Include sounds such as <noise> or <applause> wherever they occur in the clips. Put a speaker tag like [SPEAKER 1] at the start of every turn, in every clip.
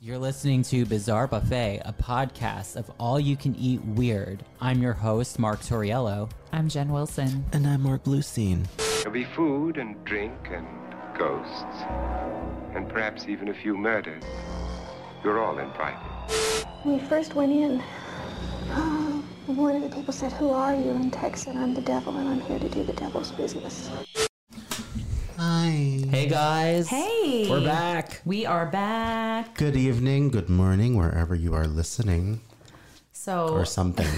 [SPEAKER 1] You're listening to Bizarre Buffet, a podcast of all you can eat weird. I'm your host, Mark Torriello.
[SPEAKER 2] I'm Jen Wilson.
[SPEAKER 3] And I'm Mark Bluestein.
[SPEAKER 4] There'll be food and drink and ghosts, and perhaps even a few murders. You're all invited.
[SPEAKER 5] When we first went in, uh, one of the people said, Who are you? And Tex said, I'm the devil and I'm here to do the devil's business.
[SPEAKER 3] Hi.
[SPEAKER 1] Hey guys.
[SPEAKER 2] Hey.
[SPEAKER 1] We're back.
[SPEAKER 2] We are back.
[SPEAKER 3] Good evening, good morning, wherever you are listening
[SPEAKER 2] So, <laughs>
[SPEAKER 3] or something.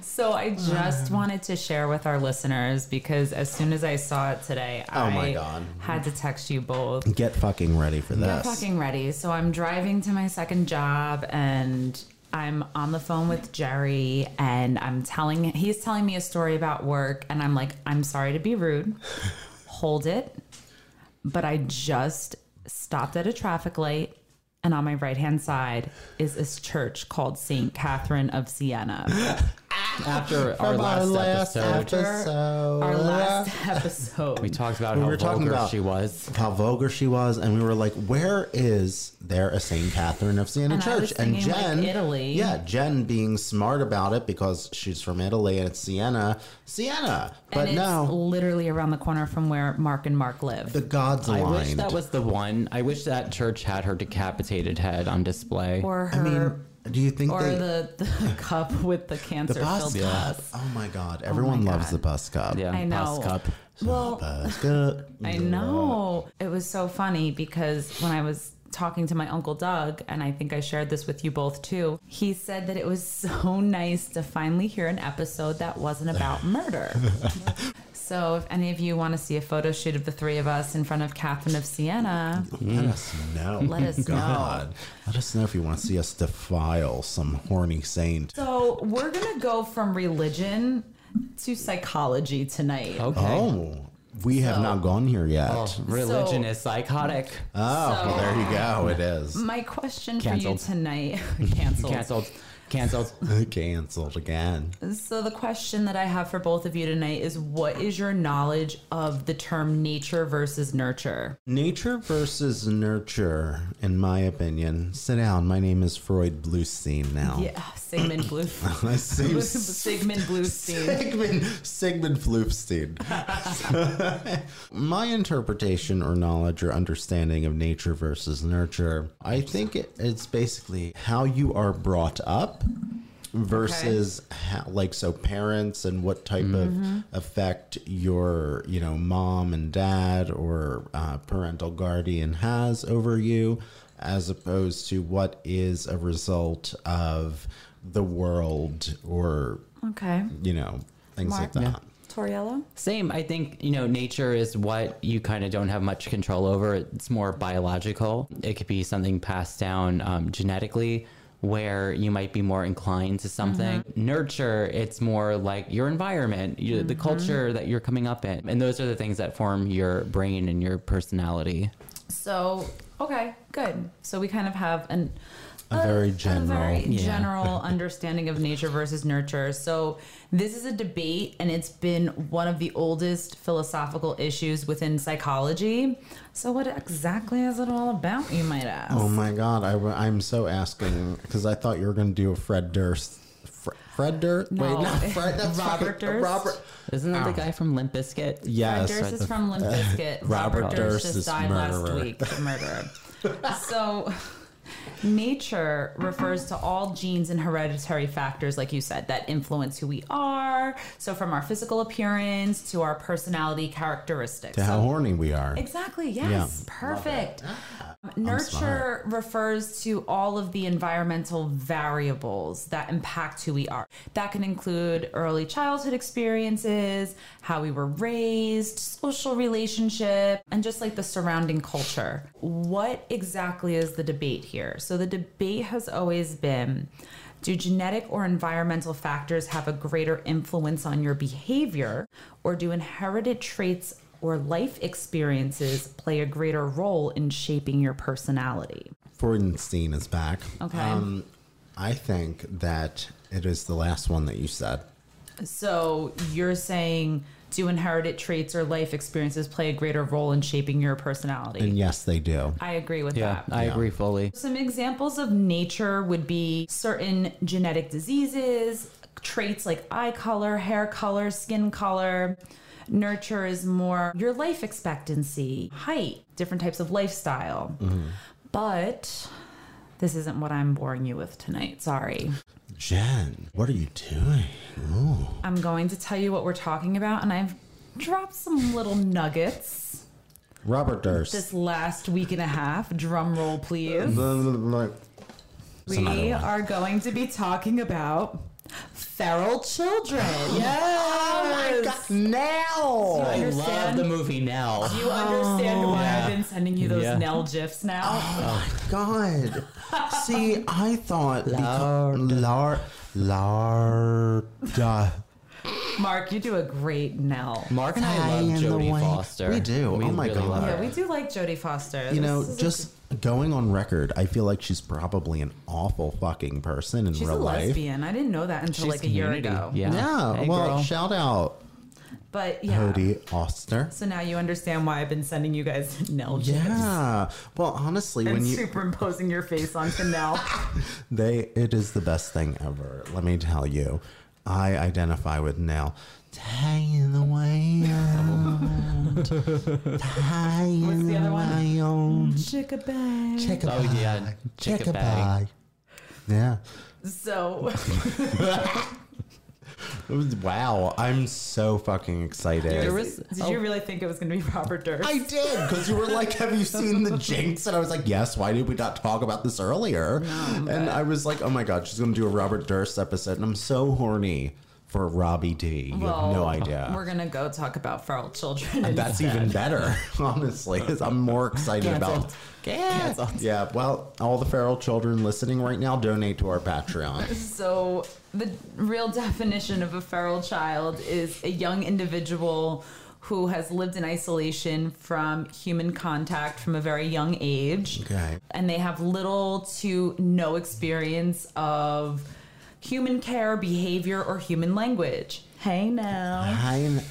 [SPEAKER 2] so I just wanted to share with our listeners because as soon as I saw it today,
[SPEAKER 3] Oh
[SPEAKER 2] I
[SPEAKER 3] my God.
[SPEAKER 2] had to text you both.
[SPEAKER 3] Get fucking ready for
[SPEAKER 2] I'm
[SPEAKER 3] this.
[SPEAKER 2] fucking ready. So I'm driving to my second job and I'm on the phone with Jerry and I'm telling he's telling me a story about work and I'm like, I'm sorry to be
[SPEAKER 3] <laughs>
[SPEAKER 2] rude. Hold it. But I just stopped at a traffic light and on my right hand side is this church called Saint Catherine of Siena.
[SPEAKER 1] After our last, episode,
[SPEAKER 2] Our last <laughs> episode.
[SPEAKER 1] we talked about
[SPEAKER 3] We
[SPEAKER 1] how
[SPEAKER 3] were talking
[SPEAKER 1] vulgar
[SPEAKER 3] about-
[SPEAKER 1] she was.
[SPEAKER 3] How vulgar she was, and we were like, "Where is there a Saint Catherine of Siena
[SPEAKER 2] And I was
[SPEAKER 3] Church?" And
[SPEAKER 2] thinking, like,
[SPEAKER 3] Jen,
[SPEAKER 2] Italy.
[SPEAKER 3] yeah, Jen being smart about it because she's from Italy and it's Siena, Siena. But
[SPEAKER 2] and it's
[SPEAKER 3] no,
[SPEAKER 2] literally around the corner from where Mark and Mark live.
[SPEAKER 3] the gods
[SPEAKER 1] I
[SPEAKER 3] aligned.
[SPEAKER 1] wish that was the one. I wish that church had her decapitated head on display.
[SPEAKER 2] or her
[SPEAKER 3] I mean, do you think
[SPEAKER 2] or
[SPEAKER 3] they,
[SPEAKER 2] the, the <laughs> cup with the cancer
[SPEAKER 3] the bus
[SPEAKER 2] filled
[SPEAKER 3] cup? Oh my God! Everyone loves
[SPEAKER 2] God.
[SPEAKER 3] the bus cup.
[SPEAKER 1] yeah,
[SPEAKER 2] I know.
[SPEAKER 1] bus cup.
[SPEAKER 2] Well,
[SPEAKER 3] Bus cup.
[SPEAKER 2] <laughs> I know. It was so funny because when I was talking to my uncle Doug, and I think I shared this with you both too, he said that it was <laughs> so nice to finally hear an episode that wasn't about murder.
[SPEAKER 3] <laughs>
[SPEAKER 2] so if any of you want to see a photo shoot of the three of us in front of Catherine of Siena,
[SPEAKER 3] Let us know.
[SPEAKER 2] Let
[SPEAKER 3] <laughs>
[SPEAKER 2] us know.
[SPEAKER 3] Let us know if you want to see us defile some horny saint.
[SPEAKER 2] so we're gonna go from religion to psychology tonight.
[SPEAKER 1] Okay.
[SPEAKER 3] Oh, we have not gone here yet. Oh,
[SPEAKER 1] Religion
[SPEAKER 2] So-
[SPEAKER 1] is psychotic.
[SPEAKER 3] well, there you
[SPEAKER 2] <laughs>
[SPEAKER 3] go. It is <laughs>
[SPEAKER 2] My question
[SPEAKER 1] Canceled.
[SPEAKER 2] for you tonight canceled.
[SPEAKER 1] Cancelled. Cancelled.
[SPEAKER 3] canceled again.
[SPEAKER 2] So the question that I have for both of you tonight is what is your knowledge of the term nature versus nurture?
[SPEAKER 3] Hmm. Nature versus nurture, in my opinion. Sit down. My name is Freud Bluestein now. <laughs>
[SPEAKER 2] Yeah, Sigmund Blue <laughs>
[SPEAKER 3] I see
[SPEAKER 2] Sigmund
[SPEAKER 3] <laughs>
[SPEAKER 2] Bluestein.
[SPEAKER 3] Sigmund Sigmund Floofstein. My interpretation or knowledge or understanding of nature versus nurture, I think it, it's basically how you are brought up versus how, like so parents and what type of effect your you know mom and dad or uh, parental guardian has over you as opposed to what is a result of the world or
[SPEAKER 2] Okay.
[SPEAKER 3] you know, things like that.
[SPEAKER 2] Toriello?
[SPEAKER 1] Same. I think, you know, nature is what you kind of don't have much control over. It's more biological. It could be something passed down um, genetically where you might be more inclined to something. Nurture, it's more like your environment, you, the culture that you're coming up in. And those are the things that form your brain and your personality.
[SPEAKER 2] So okay, good. So we kind of have an
[SPEAKER 3] A very general-
[SPEAKER 2] very
[SPEAKER 1] Yeah.
[SPEAKER 2] general <laughs>
[SPEAKER 3] <laughs>
[SPEAKER 2] understanding of nature versus nurture. So this is a debate, and it's been one of the oldest philosophical issues within psychology. So what exactly is it all about? You might ask.
[SPEAKER 3] Oh my God, I, am so asking because I thought you were going to do a Fred Durst. Fre- Fred Durst?
[SPEAKER 2] No. <laughs>
[SPEAKER 3] Wait, not Fred. That's
[SPEAKER 2] Robert
[SPEAKER 3] fucking-
[SPEAKER 2] Durst?
[SPEAKER 3] Robert.
[SPEAKER 1] Isn't that the guy from Limp Bizkit?
[SPEAKER 3] Yes.
[SPEAKER 2] Durst is from
[SPEAKER 3] <laughs>
[SPEAKER 2] Limp Bizkit.
[SPEAKER 3] Robert
[SPEAKER 2] Robert
[SPEAKER 3] Durst
[SPEAKER 2] Durst
[SPEAKER 3] is
[SPEAKER 2] just died last
[SPEAKER 3] murderer.
[SPEAKER 2] week, the
[SPEAKER 3] <laughs>
[SPEAKER 2] murderer. so, nature refers to all genes and hereditary factors, like you said, that influence who we are. So, from our physical appearance to our personality characteristics.
[SPEAKER 3] to how horny we are.
[SPEAKER 2] Exactly. Yes. Perfect. Um, Nurture refers to all of the environmental variables that impact who we are. That can include early childhood experiences, how we were raised, social relationship, and just like the surrounding culture. What exactly is the debate here? So the debate has always been do genetic or environmental factors have a greater influence on your behavior, or do inherited traits or life experiences play a greater role in shaping your personality?
[SPEAKER 3] Freudenstein is back.
[SPEAKER 2] Okay.
[SPEAKER 3] I think that it is the last one that you said.
[SPEAKER 2] so you're saying do inherited traits or life experiences play a greater role in shaping your personality?
[SPEAKER 3] And yes, they do.
[SPEAKER 2] I agree with
[SPEAKER 1] Yeah,
[SPEAKER 2] that.
[SPEAKER 1] I agree fully.
[SPEAKER 2] Some examples of nature would be certain genetic diseases, traits like eye color, hair color, skin color. Nurture is more your life expectancy, height, different types of lifestyle. But this isn't what I'm boring you with tonight. Sorry.
[SPEAKER 3] Jen, what are you doing? Ooh.
[SPEAKER 2] I'm going to tell you what we're talking about, and I've dropped some little nuggets
[SPEAKER 3] Robert Durst.
[SPEAKER 2] this last week and a half. Drum roll, please.
[SPEAKER 3] <laughs> It's another
[SPEAKER 2] We
[SPEAKER 3] one.
[SPEAKER 2] are going to be talking about feral
[SPEAKER 3] <gasps>
[SPEAKER 2] children.
[SPEAKER 3] Oh
[SPEAKER 2] Yes. Oh,
[SPEAKER 3] Now!
[SPEAKER 1] I love
[SPEAKER 2] understand?
[SPEAKER 1] the movie now.
[SPEAKER 3] Oh.
[SPEAKER 2] You understand why
[SPEAKER 1] Yeah.
[SPEAKER 2] I've been sending you those
[SPEAKER 1] Yeah.
[SPEAKER 2] Nell gifs
[SPEAKER 3] Oh.
[SPEAKER 2] now?
[SPEAKER 3] God. See, I thought
[SPEAKER 1] Lard.
[SPEAKER 3] Lard. Lard.
[SPEAKER 2] Mark, you do a great Nell.
[SPEAKER 1] Mark and I
[SPEAKER 3] Tie in
[SPEAKER 1] love
[SPEAKER 3] the
[SPEAKER 1] Jodie
[SPEAKER 3] way.
[SPEAKER 1] Foster.
[SPEAKER 3] We do. Oh my God.
[SPEAKER 1] love
[SPEAKER 2] Yeah,
[SPEAKER 1] her.
[SPEAKER 2] we do like Jodie Foster.
[SPEAKER 3] You
[SPEAKER 2] This
[SPEAKER 3] know,
[SPEAKER 2] is a-
[SPEAKER 3] just going on record, I feel like she's probably an awful fucking person in
[SPEAKER 2] she's
[SPEAKER 3] real
[SPEAKER 2] a
[SPEAKER 3] life.
[SPEAKER 2] lesbian. I didn't know that until
[SPEAKER 1] She's
[SPEAKER 2] like a year
[SPEAKER 1] community.
[SPEAKER 2] ago.
[SPEAKER 1] Yeah.
[SPEAKER 3] Yeah. Oh,
[SPEAKER 1] Hey,
[SPEAKER 3] well,
[SPEAKER 1] girl.
[SPEAKER 3] shout out
[SPEAKER 2] But yeah.
[SPEAKER 3] Cody Oster.
[SPEAKER 2] So now you understand why I've been sending you guys <laughs> Nell gifs
[SPEAKER 3] Yeah. Well, honestly,
[SPEAKER 2] and
[SPEAKER 3] when you
[SPEAKER 2] superimposing your face onto
[SPEAKER 3] <laughs>
[SPEAKER 2] Nell.
[SPEAKER 3] they, it is the best thing ever. Let me tell you, I identify with Nell. Tie in the wild. Tie in
[SPEAKER 2] the
[SPEAKER 3] the
[SPEAKER 2] other one?
[SPEAKER 3] wild.
[SPEAKER 2] Chickabay.
[SPEAKER 3] Check a
[SPEAKER 1] Oh, yeah.
[SPEAKER 3] bye.
[SPEAKER 1] Check a
[SPEAKER 3] a
[SPEAKER 1] bye.
[SPEAKER 3] bye. Yeah.
[SPEAKER 2] So <laughs>
[SPEAKER 3] Wow, I'm so fucking excited.
[SPEAKER 1] was-
[SPEAKER 2] did
[SPEAKER 3] Oh.
[SPEAKER 2] you really think it was going to be Robert Durst?
[SPEAKER 3] I did because you were like, "Have you seen the Jinx?" And I was like, "Yes." Why did we not talk about this earlier? and I was like, "Oh my god, she's gonna do a Robert Durst episode," and I'm so horny for Robbie D. You
[SPEAKER 2] Well,
[SPEAKER 3] have no idea.
[SPEAKER 2] We're gonna go talk about feral children. and
[SPEAKER 3] That's even better, <laughs> honestly. 'cause I'm more excited about.
[SPEAKER 1] Canceled.
[SPEAKER 3] Yeah, well, all the feral children listening right now, donate to our
[SPEAKER 2] <laughs>
[SPEAKER 3] Patreon.
[SPEAKER 2] so the real definition of a feral child is a young individual who has lived in isolation from human contact from a very young age.
[SPEAKER 3] Okay.
[SPEAKER 2] And they have little to no experience of human care, behavior, or human language. Hey now.
[SPEAKER 3] High in,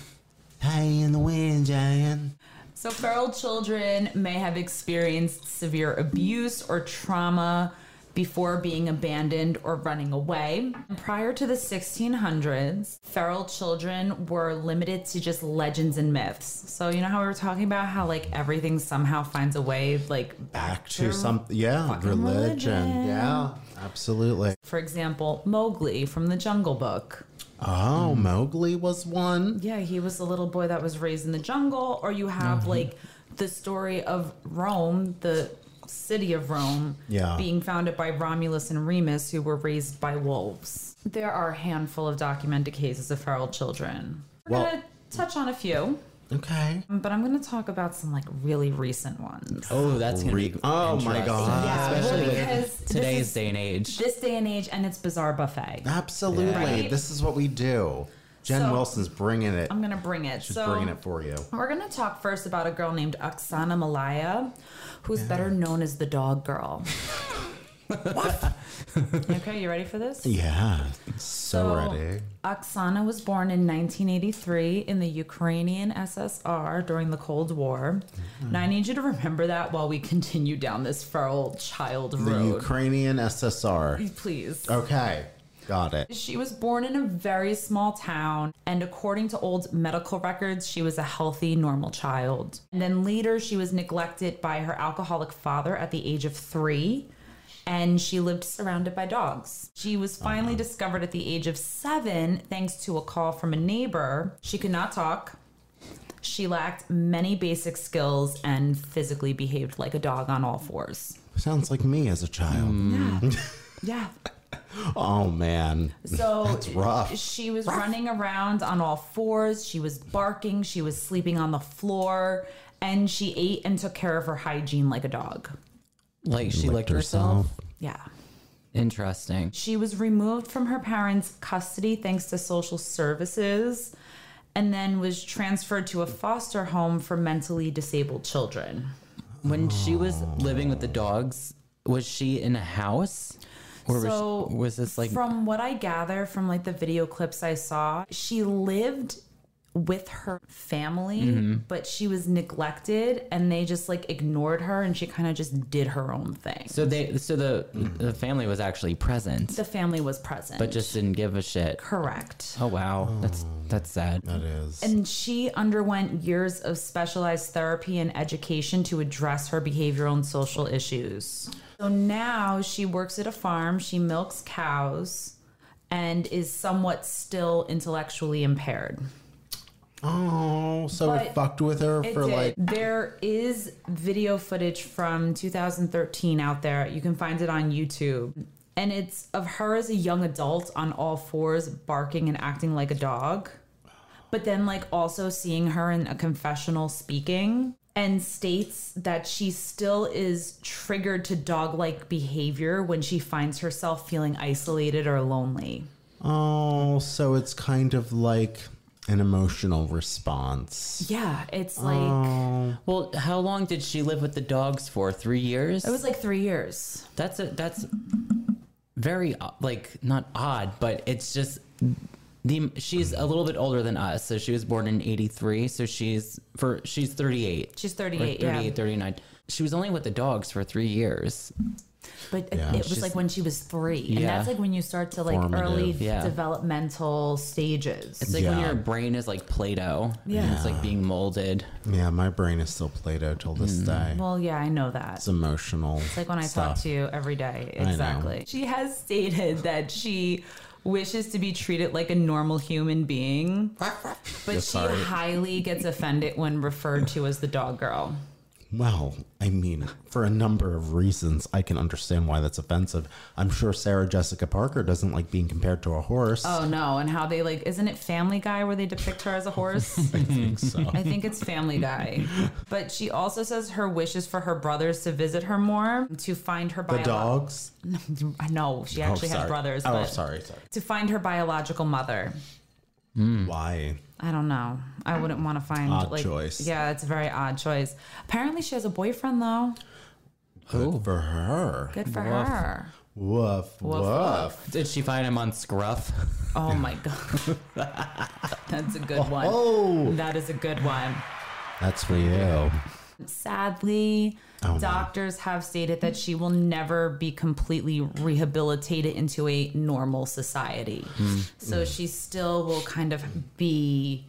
[SPEAKER 3] high in the wind, Jan.
[SPEAKER 2] So, feral children may have experienced severe abuse or trauma before being abandoned or running away. Prior to the 1600s, feral children were limited to just legends and myths. So, you know how we were talking about how, like, everything somehow finds a way, like,
[SPEAKER 3] Back to something. Yeah,
[SPEAKER 2] fucking
[SPEAKER 3] religion.
[SPEAKER 2] religion.
[SPEAKER 3] Yeah, absolutely.
[SPEAKER 2] for example, Mowgli from the Jungle Book.
[SPEAKER 3] Oh,
[SPEAKER 2] Mm.
[SPEAKER 3] Mowgli was one.
[SPEAKER 2] Yeah, he was a little boy that was raised in the jungle, or you have
[SPEAKER 3] Mm-hmm.
[SPEAKER 2] like the story of Rome, the city of Rome,
[SPEAKER 3] Yeah.
[SPEAKER 2] being founded by Romulus and Remus, who were raised by wolves. There are a handful of documented cases of feral children. We're
[SPEAKER 3] Well-
[SPEAKER 2] gonna touch on a few,
[SPEAKER 3] Okay.
[SPEAKER 2] but I'm gonna talk about some like really recent ones.
[SPEAKER 1] Oh, that's gonna
[SPEAKER 3] Re-
[SPEAKER 1] be
[SPEAKER 3] oh my
[SPEAKER 1] interesting.
[SPEAKER 3] God.
[SPEAKER 2] Yeah,
[SPEAKER 1] especially
[SPEAKER 2] well, because
[SPEAKER 1] with
[SPEAKER 2] this
[SPEAKER 1] today's
[SPEAKER 2] is-
[SPEAKER 1] day and age.
[SPEAKER 2] This day and age, and it's bizarre buffet.
[SPEAKER 3] Absolutely.
[SPEAKER 2] Right?
[SPEAKER 3] This is what we do. Jen
[SPEAKER 2] So-
[SPEAKER 3] Wilson's bringing it.
[SPEAKER 2] I'm gonna bring it.
[SPEAKER 3] She's
[SPEAKER 2] so
[SPEAKER 3] bringing it for you.
[SPEAKER 2] We're going to talk first about a girl named Oksana Malaya, who's better known as the dog girl.
[SPEAKER 3] <laughs>
[SPEAKER 2] okay, you ready for this?
[SPEAKER 3] Yeah. So, ready.
[SPEAKER 2] Oksana was born in 1983 in the Ukrainian SSR during the Cold War.
[SPEAKER 3] Mm-hmm.
[SPEAKER 2] And I need you to remember that while we continue down this feral child
[SPEAKER 3] The
[SPEAKER 2] road.
[SPEAKER 3] Ukrainian SSR.
[SPEAKER 2] Please.
[SPEAKER 3] Okay. Got it.
[SPEAKER 2] She was born in a very small town, and according to old medical records, she was a healthy, normal child. And then later, she was neglected by her alcoholic father at the age of three, and she lived surrounded by dogs. She was finally discovered at the age of seven thanks to a call from a neighbor. She could not talk. She lacked many basic skills and physically behaved like a dog on all fours.
[SPEAKER 3] Sounds like me as a child.
[SPEAKER 2] Mm. Yeah.
[SPEAKER 3] Oh, man. <laughs>
[SPEAKER 2] So
[SPEAKER 3] rough.
[SPEAKER 2] She was running around on all fours. She was barking. She was sleeping on the floor, and she ate and took care of her hygiene like a dog.
[SPEAKER 1] Like she
[SPEAKER 3] Licked
[SPEAKER 1] licked herself.
[SPEAKER 2] Yeah.
[SPEAKER 1] Interesting.
[SPEAKER 2] She was removed from her parents' custody thanks to social services, and then was transferred to a foster home for mentally disabled children.
[SPEAKER 1] When she was living with the dogs, was she in a house, or
[SPEAKER 2] So,
[SPEAKER 1] was, was this like
[SPEAKER 2] from what I gather from like the video clips I saw, she lived with her family,
[SPEAKER 1] Mm-hmm.
[SPEAKER 2] but she was neglected and they just like ignored her and she kind of just did her own thing.
[SPEAKER 1] So they, so the the family was actually present,
[SPEAKER 2] the family was present.
[SPEAKER 1] but just didn't give a shit.
[SPEAKER 2] correct.
[SPEAKER 1] Oh wow, that's that's sad.
[SPEAKER 3] That is.
[SPEAKER 2] And she underwent years of specialized therapy and education to address her behavioral and social issues. So now she works at a farm, she milks cows, and is somewhat still intellectually impaired.
[SPEAKER 3] oh, so it
[SPEAKER 2] But
[SPEAKER 3] fucked with her
[SPEAKER 2] It
[SPEAKER 3] for
[SPEAKER 2] did.
[SPEAKER 3] like.
[SPEAKER 2] there is video footage from 2013 out there. You can find it on YouTube. And it's of her as a young adult on all fours barking and acting like a dog. But then like also seeing her in a confessional speaking and states that she still is triggered to dog-like behavior when she finds herself feeling isolated or lonely.
[SPEAKER 3] Oh, so it's kind of like an emotional response.
[SPEAKER 2] Yeah, it's like
[SPEAKER 3] Oh.
[SPEAKER 1] Well, how long did she live with the dogs for? Three years.
[SPEAKER 2] it was like 3 years.
[SPEAKER 1] that's a that's very o- like not odd, but it's just the she's a little bit older than us. So she was born in '83, so she's for she's 38.
[SPEAKER 2] She's
[SPEAKER 1] Or
[SPEAKER 2] 38, yeah.
[SPEAKER 1] 38, 39. She was only with the dogs for three years.
[SPEAKER 2] But it- it was like when she was three, and
[SPEAKER 1] Yeah.
[SPEAKER 2] that's like when you start to like
[SPEAKER 3] Formative.
[SPEAKER 2] early
[SPEAKER 1] Yeah.
[SPEAKER 2] developmental stages.
[SPEAKER 1] It's like when
[SPEAKER 3] Yeah.
[SPEAKER 1] your brain is like Play-Doh.
[SPEAKER 2] Yeah.
[SPEAKER 1] It's like being molded.
[SPEAKER 3] Yeah, my brain is still Play-Doh till this day.
[SPEAKER 2] Mm. well, yeah, I know that.
[SPEAKER 3] it's emotional.
[SPEAKER 2] It's like when I
[SPEAKER 3] stuff.
[SPEAKER 2] talk to you every day.
[SPEAKER 3] know.
[SPEAKER 2] Exactly. She has stated that she wishes to be treated like a normal human being, but she
[SPEAKER 3] sorry.
[SPEAKER 2] highly gets offended when referred to as the dog girl.
[SPEAKER 3] Well, I mean, for a number of reasons, I can understand why that's offensive. I'm sure Sarah Jessica Parker doesn't like being compared to a horse.
[SPEAKER 2] Oh no! And how they like? Isn't it Family Guy where they depict her as a horse?
[SPEAKER 3] <laughs> I think so.
[SPEAKER 2] I think it's Family Guy. But she also says her wish is for her brothers to visit her more to find her
[SPEAKER 3] the
[SPEAKER 2] bio-
[SPEAKER 3] dogs.
[SPEAKER 2] <laughs> No, she actually
[SPEAKER 3] oh,
[SPEAKER 2] had
[SPEAKER 3] sorry.
[SPEAKER 2] brothers.
[SPEAKER 3] Oh,
[SPEAKER 2] but
[SPEAKER 3] sorry, sorry.
[SPEAKER 2] To find her biological mother.
[SPEAKER 1] Hmm.
[SPEAKER 3] Why?
[SPEAKER 2] I don't know. I wouldn't want to find
[SPEAKER 3] Odd
[SPEAKER 2] like
[SPEAKER 3] choice.
[SPEAKER 2] Yeah, it's a very odd choice. Apparently, she has a boyfriend though.
[SPEAKER 3] Good for her.
[SPEAKER 2] Good for her.
[SPEAKER 3] Woof, woof.
[SPEAKER 1] Did she find him on Scruff?
[SPEAKER 2] Oh my god, <laughs> that's a good one.
[SPEAKER 3] Oh,
[SPEAKER 2] That is a good one.
[SPEAKER 3] that's for you.
[SPEAKER 2] Sadly,
[SPEAKER 3] Oh, no.
[SPEAKER 2] doctors have stated that she will never be completely rehabilitated into a normal society.
[SPEAKER 3] Hmm.
[SPEAKER 2] So she still will kind of be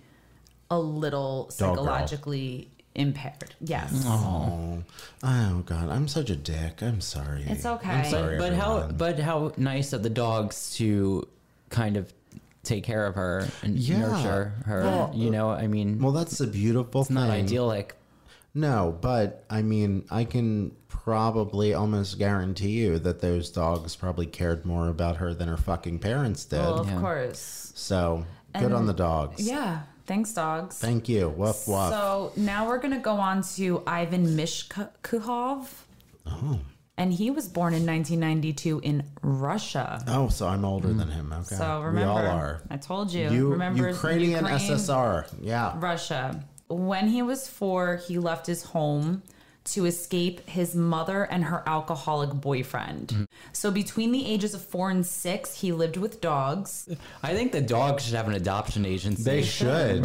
[SPEAKER 2] a little
[SPEAKER 3] girl.
[SPEAKER 2] psychologically impaired. Yes.
[SPEAKER 3] Oh, oh God, I'm such a dick. I'm sorry.
[SPEAKER 2] It's okay.
[SPEAKER 3] I'm sorry,
[SPEAKER 1] But how
[SPEAKER 3] everyone.
[SPEAKER 1] but how nice of the dogs to kind of take care of her and
[SPEAKER 3] Yeah.
[SPEAKER 1] nurture her. you know, I mean
[SPEAKER 3] Well, that's a beautiful thing.
[SPEAKER 1] not idyllic.
[SPEAKER 3] No, but I mean, I can probably almost guarantee you that those dogs probably cared more about her than her fucking parents did.
[SPEAKER 2] Well, of
[SPEAKER 1] Yeah.
[SPEAKER 2] course.
[SPEAKER 3] so good on the dogs.
[SPEAKER 2] Yeah. Thanks, dogs.
[SPEAKER 3] Thank you. Woof woof.
[SPEAKER 2] So now we're going to go on to Ivan Mishkuhov. Oh. And he was born in 1992 in Russia.
[SPEAKER 3] oh, so I'm older than him. Okay.
[SPEAKER 2] Mm. So remember,
[SPEAKER 3] we all are.
[SPEAKER 2] I told you.
[SPEAKER 3] You,
[SPEAKER 2] remember
[SPEAKER 3] Ukrainian
[SPEAKER 2] Ukraine,
[SPEAKER 3] SSR. Yeah.
[SPEAKER 2] Russia. When he was four, he left his home to escape his mother and her alcoholic boyfriend.
[SPEAKER 3] Mm-hmm.
[SPEAKER 2] So between the ages of four and six, he lived with dogs.
[SPEAKER 1] I think the dogs should have an adoption agency.
[SPEAKER 3] They
[SPEAKER 1] Where
[SPEAKER 3] should.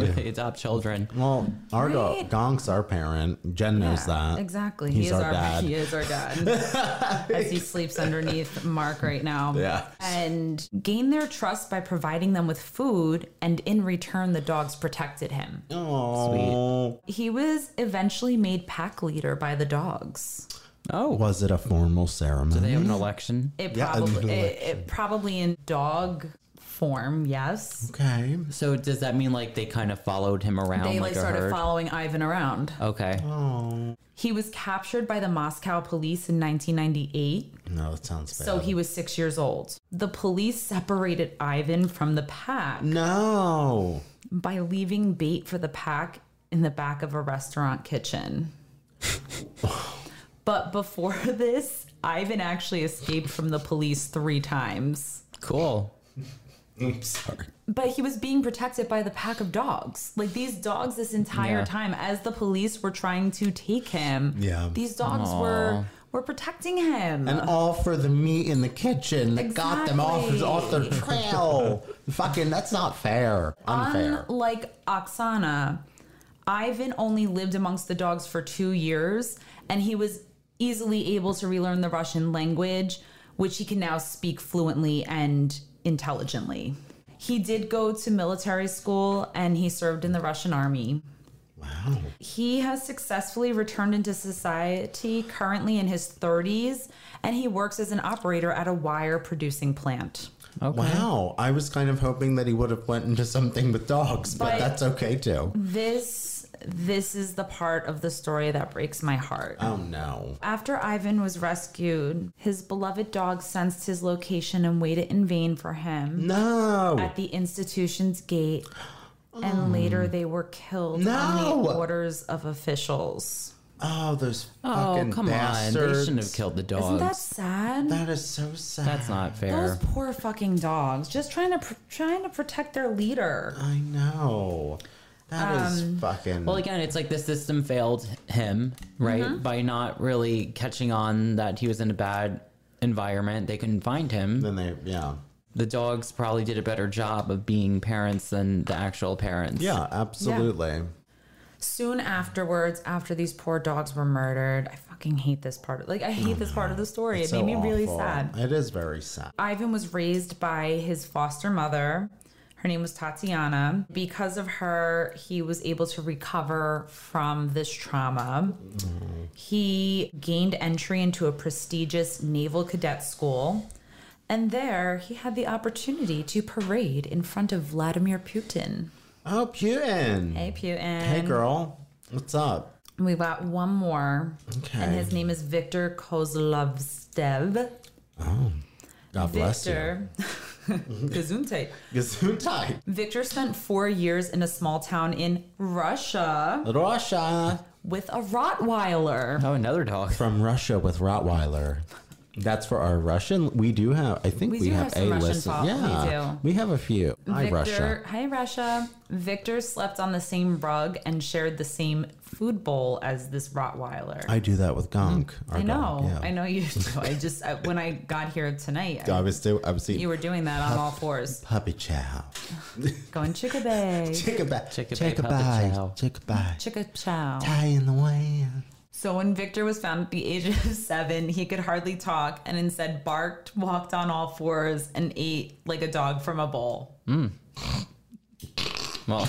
[SPEAKER 1] <laughs> they adopt children.
[SPEAKER 3] Well, our go-
[SPEAKER 2] Right.
[SPEAKER 3] Gonk's our parent. Jen knows that.
[SPEAKER 2] Exactly.
[SPEAKER 3] Uh,
[SPEAKER 2] he
[SPEAKER 3] He's
[SPEAKER 2] is
[SPEAKER 3] our
[SPEAKER 2] our,
[SPEAKER 3] dad.
[SPEAKER 2] He is our
[SPEAKER 3] <laughs>
[SPEAKER 2] dad. As he sleeps underneath Mark right now.
[SPEAKER 3] Yeah.
[SPEAKER 2] And gained their trust by providing them with food, and in return, the dogs protected him.
[SPEAKER 3] Oh.
[SPEAKER 2] He was eventually made pack leader by the dogs.
[SPEAKER 1] Oh.
[SPEAKER 3] Was it a formal ceremony?
[SPEAKER 1] they have an election.
[SPEAKER 2] It
[SPEAKER 3] Yeah, an
[SPEAKER 2] probably it, it probably in dog form, yes.
[SPEAKER 3] okay.
[SPEAKER 1] So does that mean like they kind of followed him around
[SPEAKER 2] They
[SPEAKER 1] like
[SPEAKER 2] like
[SPEAKER 1] a
[SPEAKER 2] started
[SPEAKER 1] herd?
[SPEAKER 2] following Ivan around.
[SPEAKER 1] okay.
[SPEAKER 3] Oh.
[SPEAKER 2] He was captured by the Moscow police in 1998,
[SPEAKER 3] No, that sounds bad.
[SPEAKER 2] so he was 6 years old. The police separated Ivan from the pack
[SPEAKER 3] No.
[SPEAKER 2] by leaving bait for the pack in the back of a restaurant kitchen. but before <laughs> this, Ivan actually escaped from the police 3 times.
[SPEAKER 1] Cool.
[SPEAKER 3] I'm sorry.
[SPEAKER 2] But he was being protected by the pack of dogs. Like these dogs, this entire
[SPEAKER 1] Yeah.
[SPEAKER 2] time, as the police were trying to take him,
[SPEAKER 3] Yeah.
[SPEAKER 2] these dogs were We're protecting him.
[SPEAKER 3] And all for the meat in the kitchen that got them off,
[SPEAKER 2] Exactly.
[SPEAKER 3] off their
[SPEAKER 1] <laughs>
[SPEAKER 3] trail. Fucking, that's not fair. Unfair.
[SPEAKER 2] Unlike Oksana, Ivan only lived amongst the dogs for two years, and he was easily able to relearn the Russian language, which he can now speak fluently and intelligently. He did go to military school and he served in the Russian army.
[SPEAKER 3] wow.
[SPEAKER 2] He has successfully returned into society, currently in his 30s, and he works as an operator at a wire producing plant.
[SPEAKER 1] Okay.
[SPEAKER 3] Wow. I was kind of hoping that he would have went into something with dogs, but,
[SPEAKER 2] But-
[SPEAKER 3] that's okay
[SPEAKER 1] Mm.
[SPEAKER 3] too.
[SPEAKER 2] This this is the part of the story that breaks my heart.
[SPEAKER 3] Oh no.
[SPEAKER 2] After Ivan was rescued, his beloved dog sensed his location and waited in vain for him
[SPEAKER 3] No.
[SPEAKER 2] at the institution's gate. And later they were killed on the
[SPEAKER 3] No.
[SPEAKER 2] orders of officials.
[SPEAKER 3] Oh, those
[SPEAKER 1] Oh,
[SPEAKER 3] fucking
[SPEAKER 1] come
[SPEAKER 3] bastards.
[SPEAKER 1] on. They shouldn't have killed the dogs.
[SPEAKER 2] Isn't that sad?
[SPEAKER 3] That is so sad.
[SPEAKER 1] That's not
[SPEAKER 2] Those
[SPEAKER 1] fair.
[SPEAKER 2] poor fucking dogs, just trying to pr- trying to protect their leader.
[SPEAKER 3] I know. That is fucking.
[SPEAKER 1] Um, Well, again, it's like the system failed him, right?
[SPEAKER 2] Mm-hmm.
[SPEAKER 1] By not really catching on that he was in a bad environment. They couldn't find him.
[SPEAKER 3] then they, yeah.
[SPEAKER 1] The dogs probably did a better job of being parents than the actual parents.
[SPEAKER 3] Yeah, absolutely.
[SPEAKER 2] Soon afterwards, after these poor dogs were murdered, I fucking hate this part. Of, like I hate this part of the story.
[SPEAKER 3] Oh, It's
[SPEAKER 2] it
[SPEAKER 3] so
[SPEAKER 2] made me really
[SPEAKER 3] awful.
[SPEAKER 2] sad.
[SPEAKER 3] It is very sad.
[SPEAKER 2] Ivan was raised by his foster mother. Her name was Tatiana. Because of her, he was able to recover from this trauma. He gained entry into a prestigious naval cadet school. And there, he had the opportunity to parade in front of Vladimir Putin.
[SPEAKER 3] Oh, Putin. Hey,
[SPEAKER 2] Hey, Putin.
[SPEAKER 3] girl. What's up?
[SPEAKER 2] We got one more.
[SPEAKER 3] Okay.
[SPEAKER 2] And his name is Victor Kozlovstev.
[SPEAKER 3] God bless
[SPEAKER 2] Victor. <laughs> Gesundheit.
[SPEAKER 3] you. Gesundheit.
[SPEAKER 2] Victor spent four years in a small town in Russia
[SPEAKER 3] Russia.
[SPEAKER 2] with a Rottweiler.
[SPEAKER 1] Oh, another <laughs> dog.
[SPEAKER 3] From Russia with Rottweiler. That's for our Russian. We do have, I think
[SPEAKER 2] We
[SPEAKER 3] we,
[SPEAKER 2] do have
[SPEAKER 3] have,
[SPEAKER 2] some
[SPEAKER 3] a
[SPEAKER 2] Russian
[SPEAKER 3] list.
[SPEAKER 2] fol- we
[SPEAKER 3] Yeah.
[SPEAKER 2] do.
[SPEAKER 3] We, have a few. Hi,
[SPEAKER 2] Victor,
[SPEAKER 3] Russia.
[SPEAKER 2] Hi, Russia. Victor slept on the same rug and shared the same food bowl as this Rottweiler. I,
[SPEAKER 3] I do that with Gonk. our
[SPEAKER 2] know.
[SPEAKER 3] dog, yeah.
[SPEAKER 2] Mm. I know you
[SPEAKER 3] <laughs>
[SPEAKER 2] do. I just, I, when I got here tonight, I-
[SPEAKER 3] I was, do, I was eating
[SPEAKER 2] you were doing that on all fours.
[SPEAKER 3] puppy chow.
[SPEAKER 2] Going chicka
[SPEAKER 3] <laughs>
[SPEAKER 2] bay,
[SPEAKER 3] Chickabye.
[SPEAKER 1] Chickabay puppy chow.
[SPEAKER 3] Chickabye. Chickabye.
[SPEAKER 2] chicka chow.
[SPEAKER 3] Tie in the way.
[SPEAKER 2] So when Victor was found at the age of <laughs> seven, he could hardly talk and instead barked, walked on all fours, and ate like a dog from a bowl.
[SPEAKER 1] Well,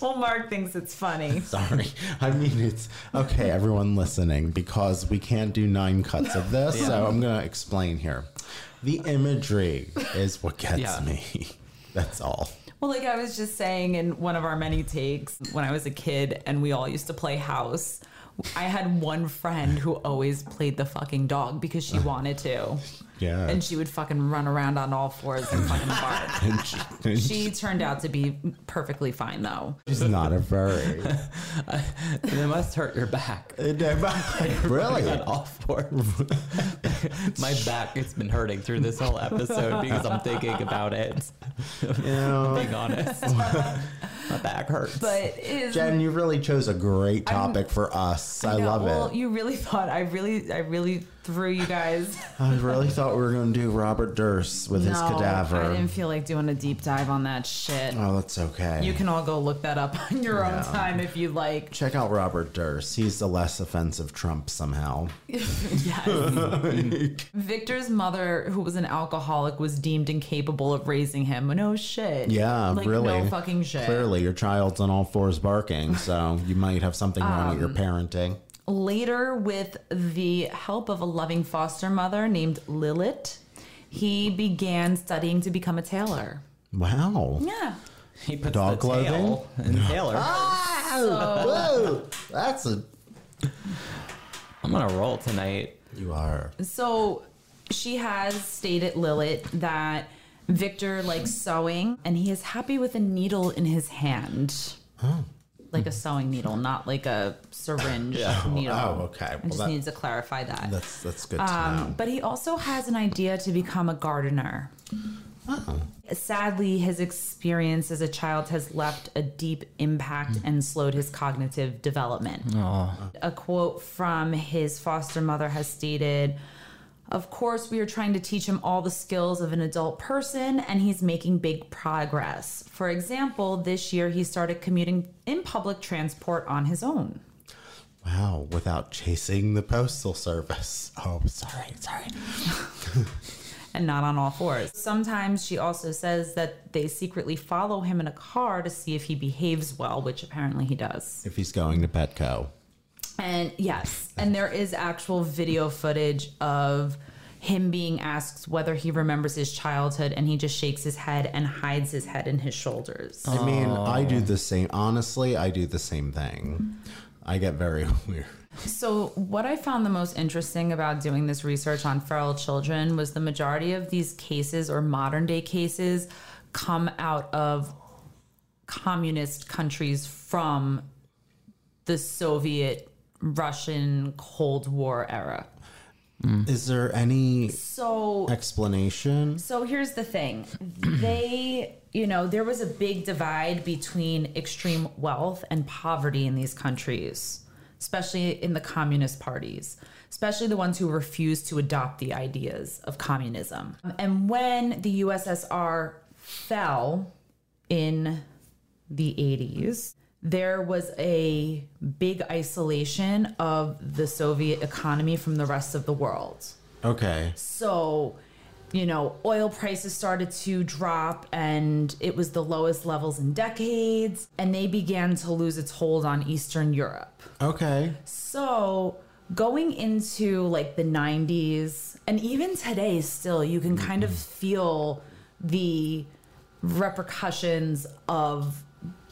[SPEAKER 2] Well, Mark thinks it's funny.
[SPEAKER 3] Sorry. I mean, it's okay, everyone listening, because we can't do nine cuts of this. So I'm going to explain here. The imagery is what gets
[SPEAKER 1] Yeah.
[SPEAKER 3] me. That's all.
[SPEAKER 2] <laughs> Well, like I was just saying in one of our many takes, when I was a kid and we all used to play house, I had one friend who always played the fucking dog because
[SPEAKER 3] <laughs>
[SPEAKER 2] she wanted to.
[SPEAKER 3] Yeah.
[SPEAKER 2] And she would fucking run around on all fours and fucking bark.
[SPEAKER 3] <laughs> And she- and
[SPEAKER 2] She turned out to be perfectly fine though.
[SPEAKER 3] she's not a furry. <laughs>
[SPEAKER 1] it must hurt your back.
[SPEAKER 3] really?
[SPEAKER 1] All four. <laughs> My back has been hurting through this whole episode because I'm thinking about it.
[SPEAKER 3] You know,
[SPEAKER 1] Being <laughs> honest, my back hurts.
[SPEAKER 2] But is
[SPEAKER 3] Jen, you really chose a great topic for us. I,
[SPEAKER 2] No,
[SPEAKER 3] love
[SPEAKER 2] well,
[SPEAKER 3] it.
[SPEAKER 2] you really thought I really I really threw you guys
[SPEAKER 3] I really thought we were going to do Robert Durst with his
[SPEAKER 2] No,
[SPEAKER 3] cadaver.
[SPEAKER 2] I didn't feel like doing a deep dive on that shit.
[SPEAKER 3] oh, that's okay.
[SPEAKER 2] You can all go look that up <laughs> on your own
[SPEAKER 3] Yeah.
[SPEAKER 2] time if you
[SPEAKER 3] <laughs>
[SPEAKER 2] like.
[SPEAKER 3] Check out Robert Durst. He's the less offensive Trump somehow.
[SPEAKER 2] Yes. Victor's mother, who was an alcoholic, was deemed incapable of raising him. No shit.
[SPEAKER 3] Yeah,
[SPEAKER 2] like,
[SPEAKER 3] really.
[SPEAKER 2] No fucking shit.
[SPEAKER 3] Clearly, your child's on all fours barking, so you might have something wrong with your parenting.
[SPEAKER 2] Later, with the help of a loving foster mother named Lilith, he began studying to become a tailor.
[SPEAKER 3] Wow.
[SPEAKER 2] Yeah.
[SPEAKER 1] he puts
[SPEAKER 3] dog
[SPEAKER 1] the tail in Taylor.
[SPEAKER 2] Ah!
[SPEAKER 3] Oh, whoa, that's a.
[SPEAKER 1] I'm gonna roll tonight.
[SPEAKER 3] You are.
[SPEAKER 2] So she has stated Lilith that Victor likes sewing and he is happy with a needle in his hand.
[SPEAKER 3] Oh.
[SPEAKER 2] Like a sewing needle, not like a
[SPEAKER 3] <coughs>
[SPEAKER 2] syringe needle.
[SPEAKER 3] oh, okay.
[SPEAKER 2] I
[SPEAKER 3] Well,
[SPEAKER 2] just
[SPEAKER 3] that-
[SPEAKER 2] needs to clarify that.
[SPEAKER 3] That's that's good to know.
[SPEAKER 2] um, but he also has an idea to become a gardener. Sadly, his experience as a child has left a deep impact and slowed his cognitive development. A quote from his foster mother has stated Of course, we are trying to teach him all the skills of an adult person, and he's making big progress. For example, this year he started commuting in public transport on his own.
[SPEAKER 3] Wow, without chasing the postal service. Oh, sorry, sorry.
[SPEAKER 2] and not on all fours. Sometimes she also says that they secretly follow him in a car to see if he behaves well, which apparently he does.
[SPEAKER 3] If he's going to Petco.
[SPEAKER 2] And yes, and there is actual video footage of him being asked whether he remembers his childhood and he just shakes his head and hides his head in his shoulders.
[SPEAKER 3] I mean, I do the same. Honestly, I do the same thing. I get very <laughs> weird.
[SPEAKER 2] So, what I found the most interesting about doing this research on feral children was the majority of these cases or modern day cases come out of communist countries from the Soviet Russian Cold War era.
[SPEAKER 3] Is there any
[SPEAKER 2] So,
[SPEAKER 3] explanation?
[SPEAKER 2] So here's the thing. They, you know, there was a big divide between extreme wealth and poverty in these countries, especially in the communist parties, especially the ones who refused to adopt the ideas of communism. And when the USSR fell in the 80s, there was a big isolation of the Soviet economy from the rest of the world.
[SPEAKER 3] Okay.
[SPEAKER 2] So, you know, oil prices started to drop and it was the lowest levels in decades, and they began to lose its hold on Eastern Europe.
[SPEAKER 3] Okay.
[SPEAKER 2] So, going into like the 90s, and even today, still, you can kind of feel the repercussions of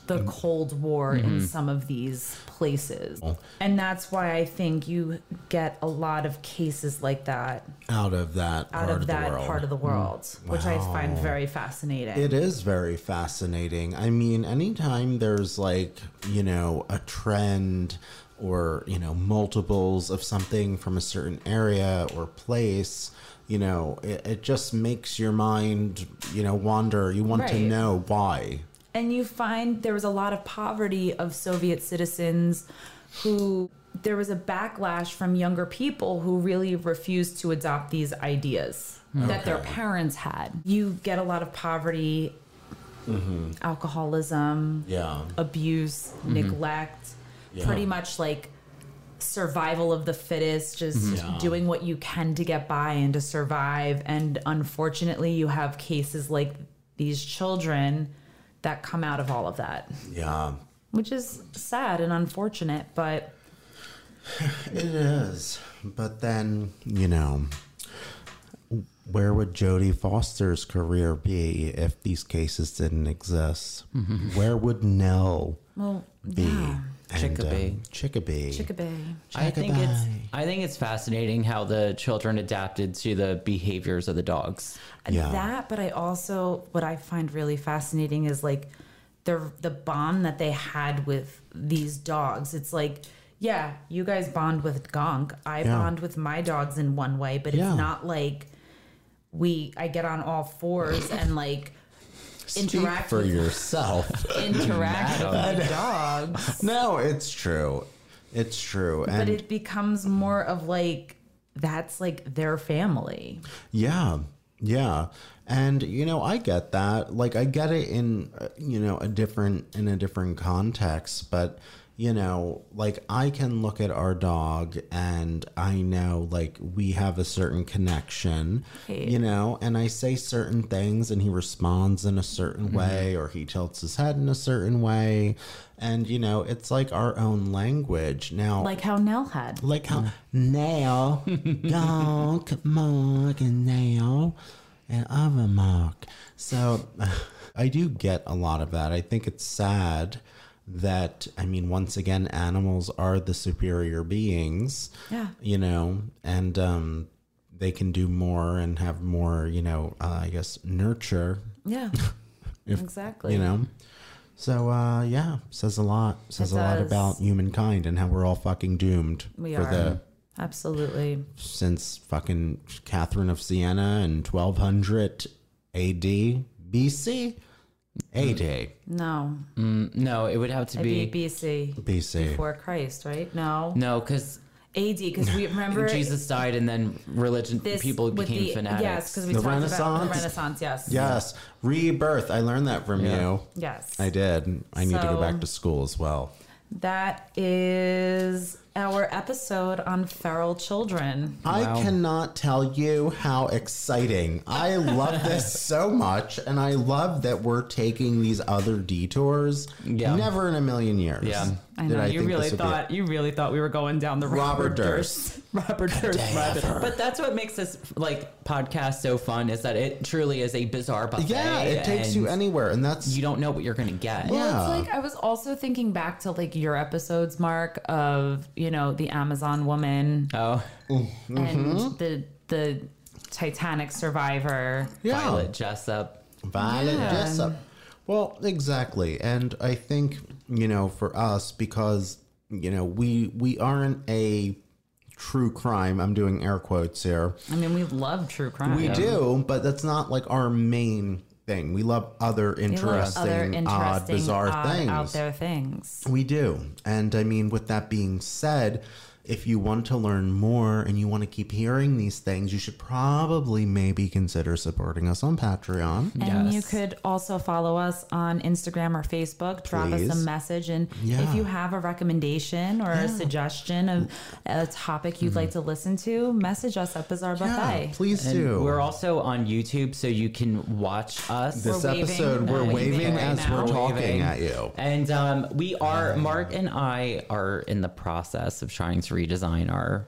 [SPEAKER 2] the Cold War in some of these places. And that's why I think you get a lot of cases like that
[SPEAKER 3] Out of that
[SPEAKER 2] out
[SPEAKER 3] part
[SPEAKER 2] of
[SPEAKER 3] of
[SPEAKER 2] that
[SPEAKER 3] the world. Mm.
[SPEAKER 2] part of the world, which I find very fascinating.
[SPEAKER 3] It is very fascinating. I mean, anytime there's like, you know, a trend or, you know, multiples of something from a certain area or place, you know, it, it just makes your mind, you know, wander. You want to
[SPEAKER 2] Right.
[SPEAKER 3] know why.
[SPEAKER 2] and you find there was a lot of poverty of Soviet citizens who there was a backlash from younger people who really refused to adopt these ideas
[SPEAKER 3] Mm.
[SPEAKER 2] that their parents had. You get a lot of poverty,
[SPEAKER 3] Mm-hmm.
[SPEAKER 2] alcoholism,
[SPEAKER 3] Yeah.
[SPEAKER 2] abuse, neglect, pretty much like survival of the fittest, just doing what you can to get by and to survive. And unfortunately, you have cases like these children that come out of all of that,
[SPEAKER 3] Yeah.
[SPEAKER 2] which is sad and unfortunate, but
[SPEAKER 3] It is. But then, you know, where would Jodie Foster's career be if these cases didn't exist? Where would Nell
[SPEAKER 2] well,
[SPEAKER 3] be?
[SPEAKER 2] yeah.
[SPEAKER 1] Chickabee.
[SPEAKER 3] um, Chickabee.
[SPEAKER 2] Chickabay.
[SPEAKER 1] I think it's
[SPEAKER 3] Chickabee.
[SPEAKER 1] I think it's fascinating how the children adapted to the behaviors of the dogs.
[SPEAKER 3] Yeah.
[SPEAKER 2] That, but I also what I find really fascinating is like the the bond that they had with these dogs. It's like, yeah, you guys bond with Gonk. I
[SPEAKER 3] Yeah.
[SPEAKER 2] bond with my dogs in one way, but
[SPEAKER 3] Yeah.
[SPEAKER 2] it's not like we I get on all fours and like interact
[SPEAKER 3] <laughs> Speak for
[SPEAKER 2] with,
[SPEAKER 3] yourself.
[SPEAKER 2] <laughs>
[SPEAKER 3] <laughs>
[SPEAKER 2] interact with the dogs.
[SPEAKER 3] no, it's true. It's true.
[SPEAKER 2] But
[SPEAKER 3] And
[SPEAKER 2] it becomes more of like that's like their family.
[SPEAKER 3] Yeah. Yeah. And you know, I get that. Like I get it in uh, you know, a different in a different context, but you know, like I can look at our dog and I know like we have a certain connection, you know, and I say certain things and he responds in a certain way or he tilts his head in a certain way. And you know, it's like our own language. Now,
[SPEAKER 2] Like how Nell had.
[SPEAKER 3] <laughs> like how <laughs> now, Gonk, Mark, and now, and other Mark. So <laughs> I do get a lot of that. I think it's sad that, I mean, once again, animals are the superior beings.
[SPEAKER 2] Yeah.
[SPEAKER 3] You know, and um, they can do more and have more, you know, uh, I guess, nurture,
[SPEAKER 2] Yeah.
[SPEAKER 3] If-
[SPEAKER 2] exactly.
[SPEAKER 3] you know. So uh, yeah, says a lot. Says
[SPEAKER 2] It
[SPEAKER 3] a lot
[SPEAKER 2] does.
[SPEAKER 3] about humankind and how we're all fucking doomed
[SPEAKER 2] We
[SPEAKER 3] for
[SPEAKER 2] are.
[SPEAKER 3] the
[SPEAKER 2] Absolutely.
[SPEAKER 3] since fucking Catherine of Siena and 1200 AD, BC? AD.
[SPEAKER 2] No,
[SPEAKER 1] No, it would have to
[SPEAKER 2] it'd
[SPEAKER 1] be
[SPEAKER 2] be BC
[SPEAKER 3] BC.
[SPEAKER 2] before Christ, right? No,
[SPEAKER 1] no, because
[SPEAKER 2] AD because
[SPEAKER 3] <laughs>
[SPEAKER 2] we remember
[SPEAKER 1] Jesus died and then religion
[SPEAKER 2] this
[SPEAKER 1] people
[SPEAKER 2] with
[SPEAKER 1] became
[SPEAKER 2] the,
[SPEAKER 1] fanatics.
[SPEAKER 2] Yes, because we
[SPEAKER 3] The
[SPEAKER 2] talked about
[SPEAKER 3] Renaissance?
[SPEAKER 2] the Renaissance. Yes,
[SPEAKER 3] Yes. Rebirth. I learned that from you.
[SPEAKER 2] yes.
[SPEAKER 3] I did. I need to go
[SPEAKER 2] So-
[SPEAKER 3] back to school as well.
[SPEAKER 2] That is our episode on feral children.
[SPEAKER 1] Wow.
[SPEAKER 3] I cannot tell you how exciting. I love
[SPEAKER 1] <laughs>
[SPEAKER 3] this so much. And I love that we're taking these other detours.
[SPEAKER 1] Yeah.
[SPEAKER 3] Never in a million years.
[SPEAKER 1] Yeah.
[SPEAKER 2] I
[SPEAKER 3] did
[SPEAKER 2] know you
[SPEAKER 3] think
[SPEAKER 2] really
[SPEAKER 3] this would be-
[SPEAKER 2] thought you really thought we were going down the
[SPEAKER 3] Robert
[SPEAKER 2] Robert, Durst, <laughs> Robert Durst,
[SPEAKER 3] day
[SPEAKER 2] Robert.
[SPEAKER 3] ever.
[SPEAKER 1] But that's what makes this like podcast so fun is that it truly is a bizarre buffet.
[SPEAKER 3] Yeah, it takes
[SPEAKER 1] and
[SPEAKER 3] you anywhere. And that's.
[SPEAKER 1] You don't know what you're gonna get.
[SPEAKER 3] Yeah.
[SPEAKER 2] Well, it's like I was also thinking back to like your episodes, Mark, of you know the Amazon woman
[SPEAKER 1] Oh,
[SPEAKER 3] Mm-hmm.
[SPEAKER 2] and the the Titanic survivor.
[SPEAKER 3] yeah.
[SPEAKER 1] Violet Jessup.
[SPEAKER 3] Violet
[SPEAKER 2] Yeah.
[SPEAKER 3] Jessup. Well, exactly. And I think, you know, for us, because, you know, we we aren't a true crime. I'm doing air quotes here.
[SPEAKER 2] I mean, we love true crime.
[SPEAKER 3] We do, but that's not like our main thing. We love other
[SPEAKER 2] We love
[SPEAKER 3] interesting,
[SPEAKER 2] other interesting,
[SPEAKER 3] odd, bizarre
[SPEAKER 2] odd
[SPEAKER 3] things.
[SPEAKER 2] out there things.
[SPEAKER 3] We do. And I mean, with that being said, if you want to learn more and you want to keep hearing these things, you should probably maybe consider supporting us on Patreon.
[SPEAKER 2] And you
[SPEAKER 1] Yes.
[SPEAKER 2] could also follow us on Instagram or Facebook. Drop us a
[SPEAKER 3] Please.
[SPEAKER 2] message. And
[SPEAKER 3] Yeah.
[SPEAKER 2] if you have a recommendation or a suggestion of a topic you'd like to listen to, message us at Bizarre Buffet.
[SPEAKER 3] Mm-hmm. Yeah, please
[SPEAKER 1] And
[SPEAKER 3] do.
[SPEAKER 1] we're also on YouTube, so you can watch us.
[SPEAKER 3] this
[SPEAKER 2] We're waving
[SPEAKER 3] episode we're
[SPEAKER 2] at you
[SPEAKER 3] waving
[SPEAKER 2] right
[SPEAKER 3] as
[SPEAKER 2] now.
[SPEAKER 3] we're
[SPEAKER 2] We're
[SPEAKER 3] talking
[SPEAKER 1] waving.
[SPEAKER 3] at you
[SPEAKER 1] And um, we are Mark and I are in the process of trying to redesign our.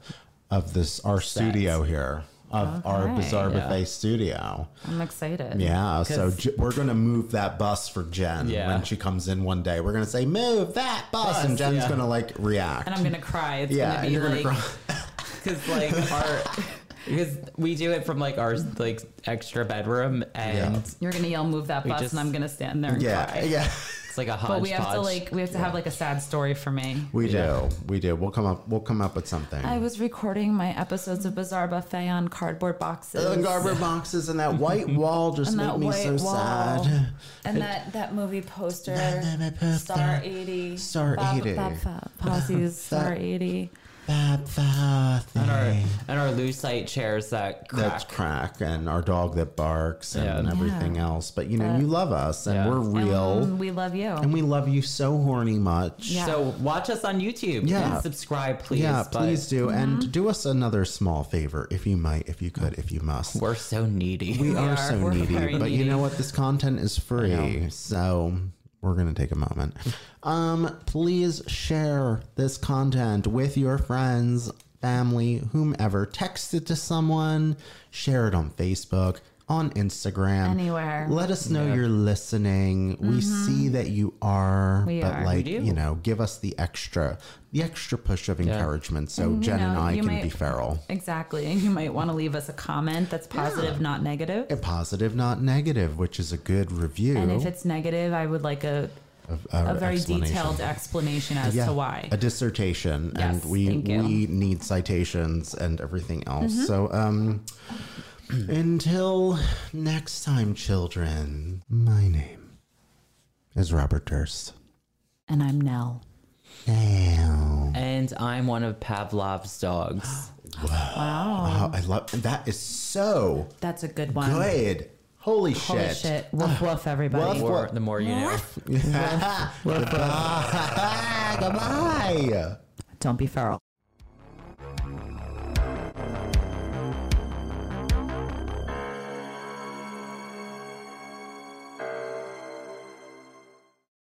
[SPEAKER 3] of this our studio here of our
[SPEAKER 2] Okay.
[SPEAKER 3] bizarre buffet studio
[SPEAKER 2] I'm excited.
[SPEAKER 3] yeah so
[SPEAKER 1] 'Cause-
[SPEAKER 3] J- we're gonna move that bus for jen
[SPEAKER 1] Yeah.
[SPEAKER 3] when she comes in one day we're gonna say move that bus, and jen's
[SPEAKER 1] yeah.
[SPEAKER 3] gonna like react
[SPEAKER 2] And I'm going to cry. It's
[SPEAKER 3] yeah
[SPEAKER 2] going
[SPEAKER 3] and
[SPEAKER 2] to
[SPEAKER 3] you're
[SPEAKER 2] be like,
[SPEAKER 3] gonna cry
[SPEAKER 1] because
[SPEAKER 3] <laughs>
[SPEAKER 1] like our because we do it from like our like extra bedroom and
[SPEAKER 3] Yeah.
[SPEAKER 2] you're going to yell, move that bus,
[SPEAKER 1] just-
[SPEAKER 2] and I'm going to stand there and
[SPEAKER 3] yeah
[SPEAKER 2] cry. <laughs>
[SPEAKER 3] yeah
[SPEAKER 1] it's like a hodgepodge.
[SPEAKER 2] But we have to like, we have to have like a sad story for me.
[SPEAKER 3] we do we do we'll come up we'll come up with something
[SPEAKER 2] I was recording my episodes of Bizarre Buffet on cardboard boxes.
[SPEAKER 3] the garbage boxes and that white wall just
[SPEAKER 2] And
[SPEAKER 3] make
[SPEAKER 2] that
[SPEAKER 3] me
[SPEAKER 2] white
[SPEAKER 3] so
[SPEAKER 2] wall.
[SPEAKER 3] sad.
[SPEAKER 2] And that, that movie poster,
[SPEAKER 3] that movie poster.
[SPEAKER 2] Star 80.
[SPEAKER 3] Star
[SPEAKER 2] Bob-
[SPEAKER 3] 80.
[SPEAKER 2] Bob Fa-
[SPEAKER 3] <laughs>
[SPEAKER 2] Posse's Star 80.
[SPEAKER 3] Bad, bad
[SPEAKER 1] and our
[SPEAKER 3] thing.
[SPEAKER 1] and our lucite chairs that crack.
[SPEAKER 3] That's crack and our dog that barks and
[SPEAKER 1] Yeah.
[SPEAKER 3] everything else. But you know, you love us and
[SPEAKER 1] Yeah.
[SPEAKER 3] we're
[SPEAKER 2] And,
[SPEAKER 3] real
[SPEAKER 2] um, we love you.
[SPEAKER 3] and we love you so horny much.
[SPEAKER 2] Yeah.
[SPEAKER 1] So watch us on YouTube.
[SPEAKER 3] Yeah.
[SPEAKER 1] and subscribe, please.
[SPEAKER 3] Yeah,
[SPEAKER 1] but
[SPEAKER 3] please do. And do us another small favor if you might, if you could, if you must.
[SPEAKER 1] We're so needy.
[SPEAKER 3] We are,
[SPEAKER 2] are.
[SPEAKER 3] so
[SPEAKER 2] We're
[SPEAKER 3] needy,
[SPEAKER 2] very
[SPEAKER 3] but you
[SPEAKER 2] needy.
[SPEAKER 3] know what? This content is free, so we're gonna take a moment.
[SPEAKER 2] <laughs>
[SPEAKER 3] Um, please share this content with your friends, family, whomever. Text it to someone. Share it on Facebook, on Instagram,
[SPEAKER 2] Anywhere. Mm-hmm.
[SPEAKER 3] Let us know you're listening. We see that you are,
[SPEAKER 2] We
[SPEAKER 3] but
[SPEAKER 2] are. We
[SPEAKER 3] like
[SPEAKER 1] do.
[SPEAKER 3] you know, give us the extra, the extra push of encouragement, so Jen and
[SPEAKER 2] know,
[SPEAKER 3] I
[SPEAKER 2] you
[SPEAKER 3] can
[SPEAKER 2] might-
[SPEAKER 3] be feral.
[SPEAKER 2] Exactly. And you might want to leave us a comment that's positive, not negative.
[SPEAKER 3] A positive, not negative, which is a good review.
[SPEAKER 2] and if it's negative, I would like a,
[SPEAKER 3] a,
[SPEAKER 2] a very
[SPEAKER 3] explanation.
[SPEAKER 2] detailed explanation as
[SPEAKER 3] Yeah,
[SPEAKER 2] to why.
[SPEAKER 3] a dissertation
[SPEAKER 2] Yes,
[SPEAKER 3] and we
[SPEAKER 2] thank you. Mm-hmm.
[SPEAKER 3] we need citations and everything else so um <clears throat> until next time children my name is robert durst
[SPEAKER 2] And I'm Nell.
[SPEAKER 3] now
[SPEAKER 1] and I'm one of Pavlov's
[SPEAKER 3] <gasps>
[SPEAKER 1] dogs.
[SPEAKER 2] Wow.
[SPEAKER 3] oh, i love that is so
[SPEAKER 2] That's a good one.
[SPEAKER 3] good holy,
[SPEAKER 2] Holy shit.
[SPEAKER 3] <laughs>
[SPEAKER 2] Woof woof, everybody.
[SPEAKER 1] The more- the more you know.
[SPEAKER 3] goodbye goodbye <laughs>
[SPEAKER 2] Don't be feral.